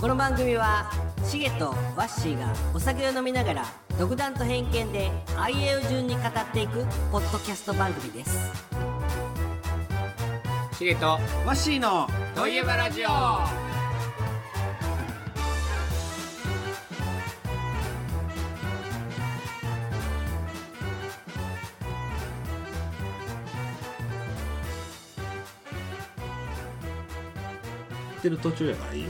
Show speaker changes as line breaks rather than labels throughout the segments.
この番組はシゲとワッシーがお酒を飲みながら独断と偏見で IA を順に語っていくポッドキャスト番組です
シゲと
ワッシーの
といえばラジオ
言ってる途中やからいいよ。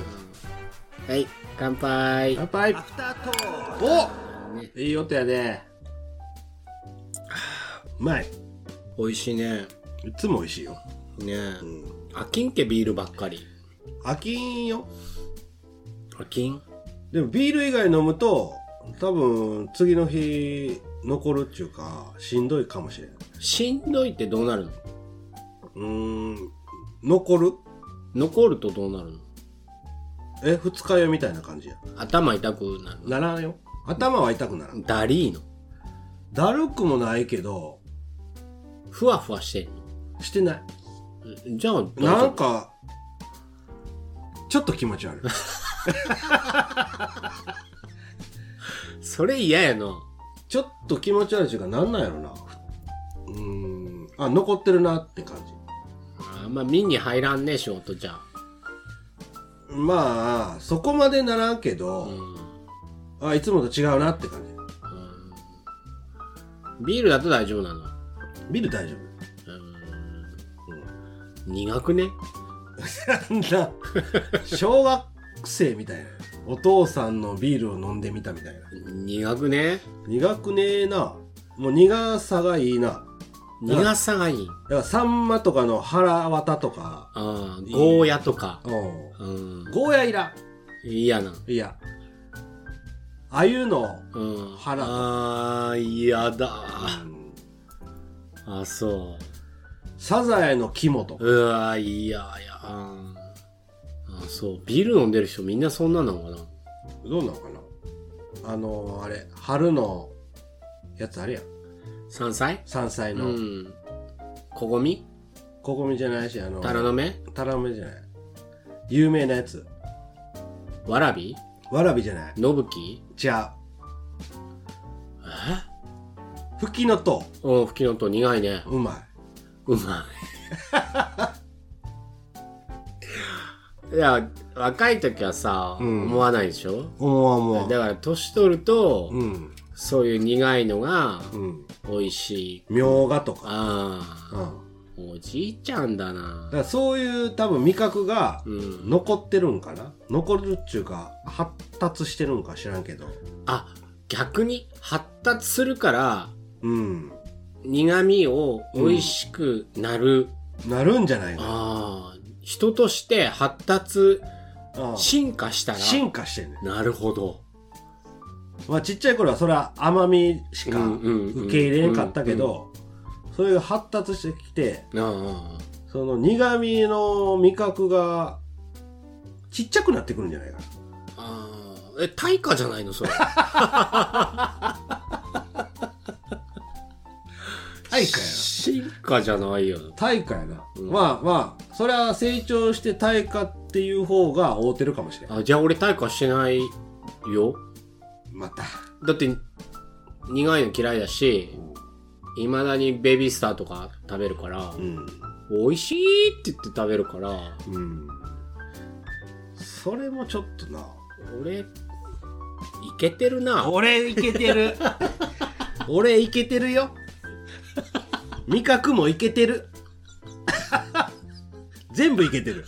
はい乾杯
乾杯
アフタートー
おいい音やね。うまい。
美味しいね
いつも美味しいよ。
ねえ
うん。
あきんけビールばっかり
飽きんよ。
あきん
でもビール以外飲むと、多分次の日残るっていうか、しんどいかもしれん。う
しんどいってどうなるの
ーん。残る
残るとどうなるの
え、二日酔いみたいな感じや。
頭痛くなる
ならんよ。頭は痛くならん。
のダリーの
だるくもないけど、
ふわふわしてんの
してない。
えじゃあどうぞ
なんか、ちょっと気持ち悪い。
それ嫌やな
ちょっと気持ち悪いというか、なんなんやろな。うーん。あ、残ってるなって感じ。
あんま身に入らんね仕事じゃ
まあ、そこまでならんけど、
うん
あ、いつもと違うなって感じ。
ビールだと大丈夫なの
ビール大丈
苦くね
夫。なんだ、 小学生みたいな。お父さんのビールを飲んでみたみたいな。
苦くね
苦くねえな。もう苦さがいいな。
苦さがいい
だから、サンマとかの腹綿とか、
ああゴーヤとか
うん。
うん
ゴーヤいら。
嫌なん
いや。あゆの、
うん
腹
ああ嫌だ
うん
あそ
サザエの肝とか
ううわ嫌やああそうビール飲んでる人みんなそんななのかな
どうなのかなあのあれ春のやつあれやん
山菜
山菜
う
の、
んこごみ
ここみじゃないしあの
タラの芽
タラの芽じゃない有名なやつ
わらび
わらびじゃない
のぶき
じゃ
え
あふきのと
うん吹きのと苦いね
ううま
うま い。いや、若い時はさ、
うん
思わないでしょ
い思わん
だから年取ると、
うん
そういう苦いのが
うん
美味しい。
みょうがとか
あ
うん
あ、
だ
おじいちゃんだな
か。らそういう多分味覚が
うん。
残ってるんかな残るっちゅうか発達してるんか知らんけど
あ、逆に発達するから、
うん
苦味を美味しくなる。
なるんじゃないの
ああ、人として発達、
うん
進化したら、
進化してんね
なるほど。
まあちっちゃい頃はそれは甘みしか
うんうんうん
受け入れんかったけど、それが発達してきて、
ああ。
その苦味の味覚がちっちゃくなってくるんじゃないかな。
あーえ、対価じゃないのそ れ。
対価やな。
進化じゃないよ。
対価やな。
うん
まあまあ、それは成長して対価っていう方が合うてるかもしれん。
あじゃあ俺対価してないよ。
また。
だって、苦いの嫌いだし、いまだにベビースターとか食べるから、
うん。
美味しいって言って食べるから、
うん。それもちょっとな。
俺、いけてるな。
俺いけてる。俺いけてるよ。味覚もいけてる。全部いけてる。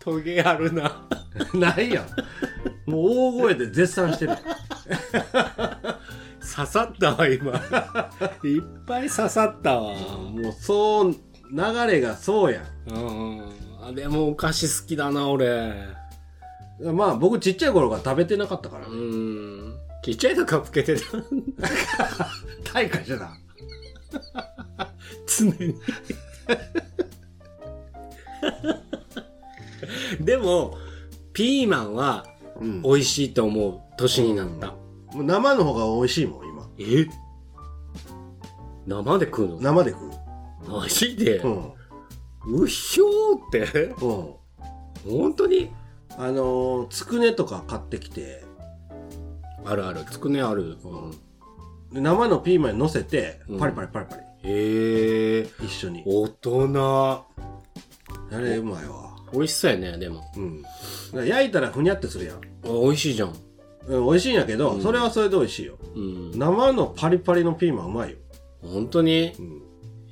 トゲあるな。
ないやん。もう大声で絶賛してる。
刺さったわ、今。 いっぱい刺さったわ。
もうそう、流れがそうや
うんうん。あでもお菓子好きだな、俺。
ん。まあ僕ちっちゃい頃から食べてなかったから
う。ーん。ちっちゃいのかつけてた。
大会じゃな。
常に。 でも、ピーマンは
うん。も
美味しいと思う年になった。
う生の方が美味しいもん、今。
え生で食うの
生で食う。
マジで、
うん。
うひょーって
うん
本当に
あのーつくねとか買ってきて
あるあるつくねある、うん、
で生のピーマンに乗せて
うん
パリパリパリパリ、
へえ
一緒に
大人
あれうまいわ
美味しそうやねでも
うんだから焼いたらふにゃってするやん、
あ美味しいじゃん
うん、美味しいんやけど、それはそれで美味しいよ
うん
生のパリパリのピーマンうまいよ、
本当に
うん、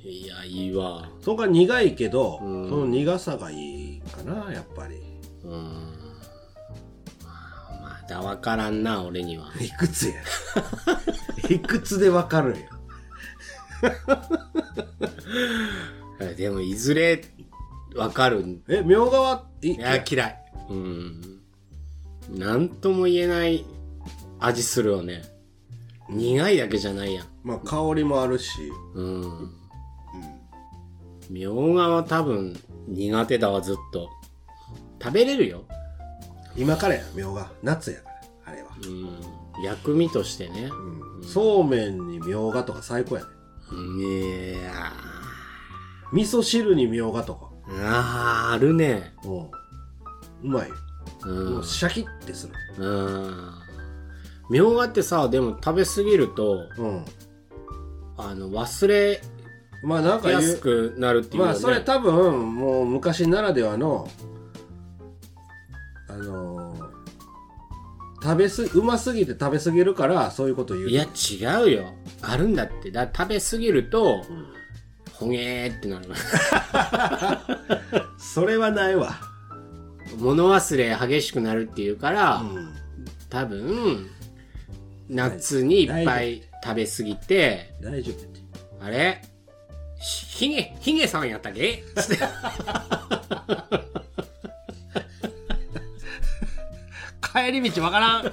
いやいいわ
そこが苦いけど、
うん
その苦さがいいかなやっぱり
うんまあまだ分からんな俺にはい
くつや いくつでわかるんや
えでもいずれ分かるん
えみょうがはい
いや嫌いうん何とも言えない味するよね苦いだけじゃないやん
まあ香りもあるし
うんみょうがは多分苦手だわずっと食べれるよ
今からやみょうが夏やからあれは、
うん薬味としてね
うんそうめんにみょうがとか最高やね
いや
味噌汁にみょうがとか
ーあーあるね
うんうまいよ、
うん
もうシャキッてする
うんみょうがってさでも食べ過ぎると
うん
あの忘れ
まあなんか
や
言
す
う
くなるっていうよね
まあそれ多分もう昔ならではのあのー食べすうますぎて食べすぎるからそういうこと言う
いや違うよあるんだってだ食べ過ぎると、ほげーってなる
それはないわ
物忘れ激しくなるっていうから、
うん
多分夏にいっぱ
ない
い食べ過ぎて
大丈夫やって
あれひひげひげさんやったっけつって
帰り道わからん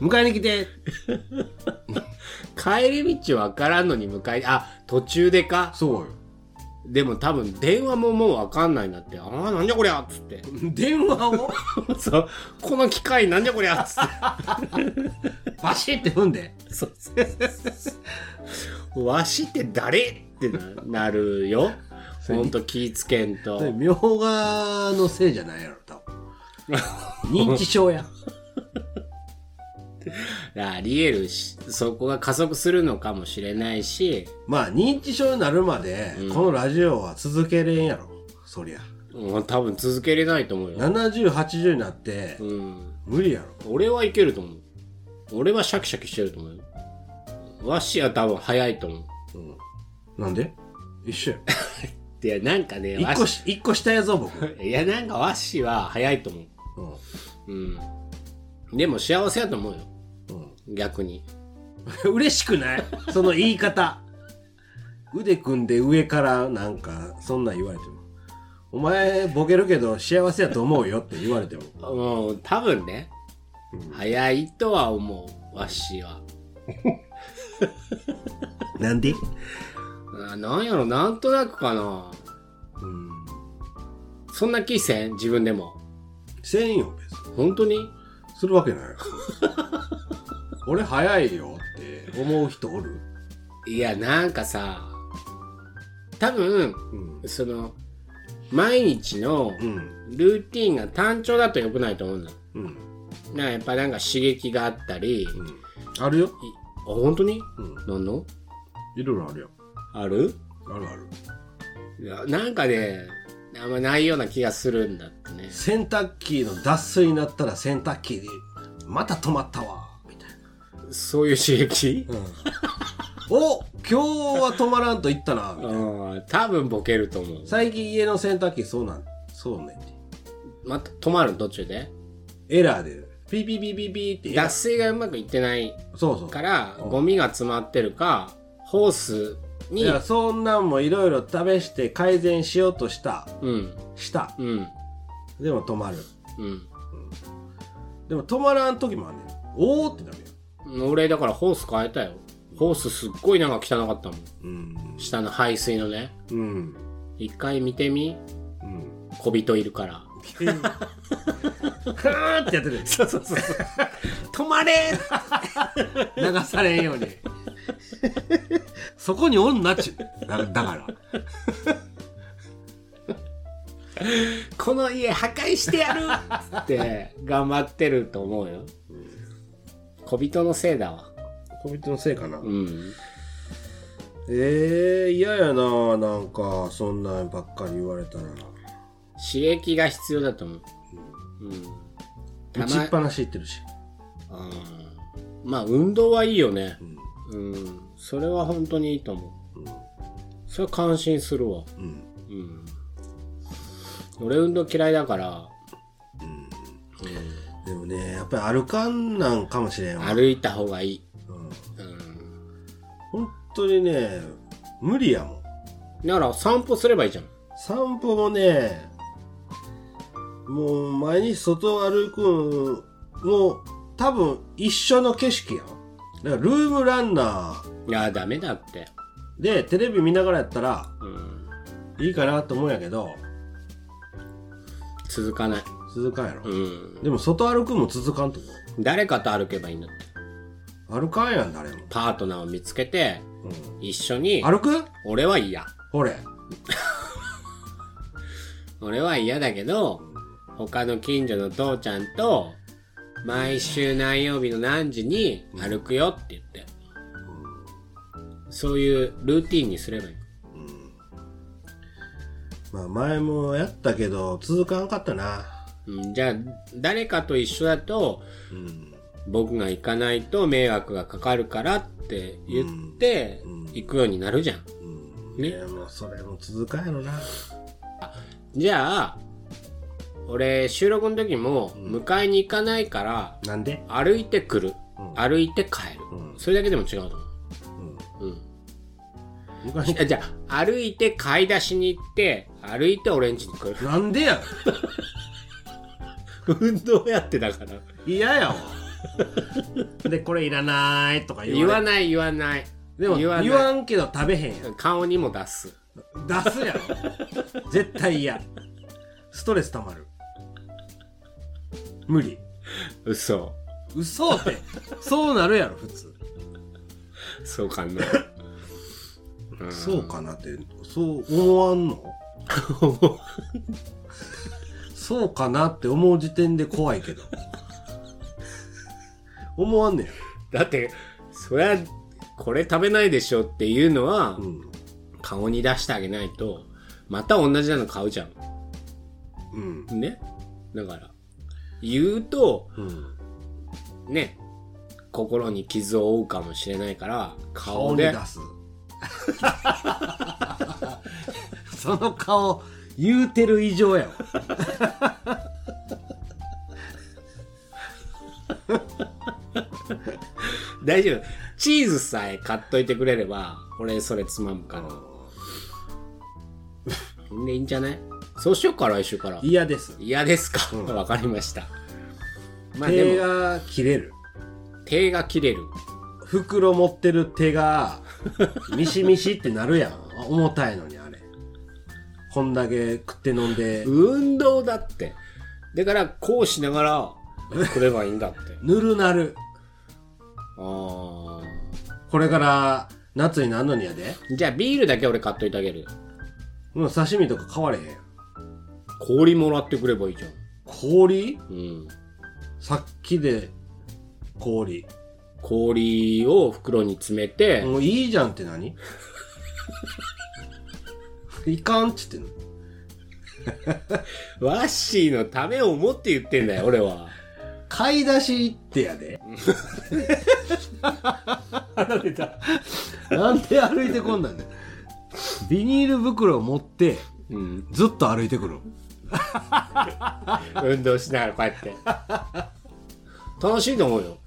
迎えに来て
帰り道わからんのに迎えあ途中でか
そうよ
でも多分電話ももうわかんないんだってああなんじゃこりゃっつって
電話を
そうこの機械なんじゃこりゃっつって
バシッて踏んで
そうそうそうわしって誰ってななるよ。ほんと気ぃつけんと。
みょうがのせいじゃないやろ多 分認知症や
ありえるし、そこが加速するのかもしれないし、
まあ認知症になるまで、このラジオは続けれんやろそりゃ
もう多分続けれないと思うよ。
7080になって、
うん。
無理やろ
俺はいけると思う。俺はシャキシャキしてると思うよ。わしは多分早いと思う。
なんで一緒や
いや、なんかね、
一
わ
個
し、
し一個下やぞ僕、
いや、なんかわしは早いと思
うん
う。うん。でも幸せやと思うよ。逆に。
うん、嬉しくないその言い方腕組んで上からなんかそんなん言われてもお前ボケるけど幸せやと思うよって言われても
もう多分ね、早いとは思うわしは
なんで
あなんやろなんとなくかな
うん
そんな気せん自分でも
せんよ別に
本当に
するわけない よ俺早いよって思う人おる、
いやなんかさ多分
うん
その毎日の
うん
ルーティンが単調だと良くないと思うんだ
うん
なんかやっぱなんか刺激があったり、い
あるよ
あ本当に、
うん
なんの
いろいろあるよ
ある
あるある
いやなんかねあんまないような気がするんだってね
洗濯機の脱水になったら洗濯機でまた止まったわみたい
そういう刺激
な、 お今日は止まらんと言ったなみたいな
うん多分ボケると思う
最近家の洗濯機そうなんそうねって
また止まるの途中で
エラーでピピピピピって
脱水がうまくいってない
そうそう
からゴミが詰まってるかホースに
だからそんなんもいろいろ試して改善しようとした
うん
した
うん
でも止まる
う
でも止まらん時もあんねんおおってなるよ
ん俺だからホース変えたよホースすっごいなんか汚かったもん
うん
下の排水のね
うん
一回見てみ
うん
小人いるから
カーってやってる
そうそうそうそう止まれ
流されんようにそこにおんなっちゅうだだから
この家破壊してやるっつって頑張ってると思うよ。小人のせいだわ。
小人のせいかな、
うん。
ええー、嫌やななんかそんなんばっかり言われたら
刺激が必要だと思う。うん。た
打ちっ
ま、
ぱなし行ってるし
うん、まあ運動はいいよね。うん。それは本当にいいと思う。それ感心するわ。
うん
うん。俺運動嫌いだから、
でもねやっぱり歩かんなんかもしれんわ
歩いた方がいい。
うん
うん。
本当にね無理やもん
なら散歩すればいいじゃん。
散歩もねもう毎日外を歩くんもう多分一緒の景色やんだからルームランナー
いや、ダメだって。
でテレビ見ながらやったら
うん。
いいかなと思うんやけど
続かない。
続かんやろ、
うん。
でも外歩くんも続かんと思
誰かと歩けばいいんだって。
う歩かんやん誰も、
パートナーを見つけて、
うん、
一緒に、
歩く
俺は嫌。
ほれ
俺は嫌だけど、他の近所の父ちゃんと、毎週何曜日の何時に歩くよって言って。そういうルーティンにすればいい。
まあ前もやったけど続かんかったな
うん、じゃあ、誰かと一緒だと、
うん
僕が行かないと迷惑がかかるからって言って、行くようになるじゃん。
うん
ね
いやもうそれも続かんやろな
じゃあ、俺、収録の時も、迎えに行かないから、
なんで
歩いてくる、歩いて帰る、
うん
それだけでも違うと思う、うん
昔
あじゃあ歩いて買い出しに行って歩いて俺ん家に来る
なんでやん
運動やってだから
嫌 やわでこれいらないとか言
言
わ
わ
ない
ない言わない
でも
言
言
わ
わ
ない
んけど食べへんや
顔にも出す
ん出すやろ絶対嫌ストレスたまる無理
嘘
嘘ってそうなるやろ普通
そうかな
そうかなってそう思わんの そうかなって思う時点で怖いけど思わんねん、
だってそりゃこれ食べないでしょっていうのは、
うん
顔に出してあげないとまた同じなの買うじゃ
うん
んねだから言うと
うん、
ね心に傷を負うかもしれないから
顔
顔
に
で
出 すその顔言うてる以上やわ
大丈夫チーズさえ買っといてくれれば俺それつまむからでいいんじゃないそうしようか来週から
嫌です
嫌ですか
うん
わ、かりましたまあ
手
でも
が切れる
手が切れる
袋持ってる手がミシミシってなるやん重たいのにあれこんだけ食って飲んで
運動だってだからこうしながら来ればいいん だって
ぬるなる
あ
これから夏になんのにやで
ーじゃあビールだけ俺買っといてあげる
もう刺身とか買われへんやん
氷もらってくればいいじゃん
氷
うん
さっきで氷
氷を袋に詰めて、
もういいじゃんって 何いかんっつってんの
ワッシーのためを思って言ってんだよ俺は
買い出し行ってやで なんで歩いてこんなんねんビニール袋を持って
うん
ずっと歩いてくる
運動しながらこうやって 楽しいと思うよ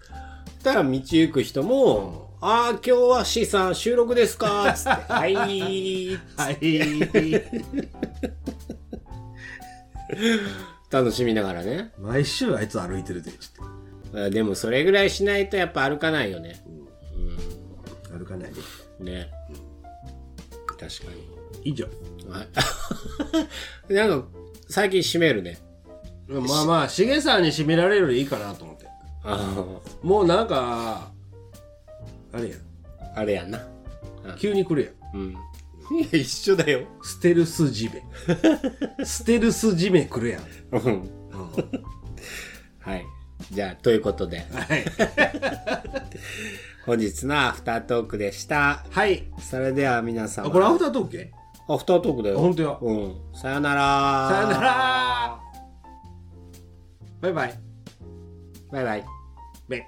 そしたら道行く人も「ああ今日は C さん収録ですか」つって「 はい
はい
楽しみながらね
毎週あいつ歩いてるでちょっ
あでもそれぐらいしないとやっぱ歩かないよね
と歩かないで
ね確か
以上
にはい なんか最近閉めるね
まあまあしげさんに締められるよりいいかなと思って
あ
もうなんかあれや
ああれやな
急に来るや
う
ん
んいや、一緒だよ。
ステルスジ メステルスジメ来るやん、
うん。
うん
はい。じゃあ、ということで、
はい、
本日のアフタートークでした。
はい、
それでは皆さん。
あこれアフタートークけ
アフタートークだよ。
あ本当や
うん。さよなら。
さよな。らバイバイ
バイバイ。
ベイ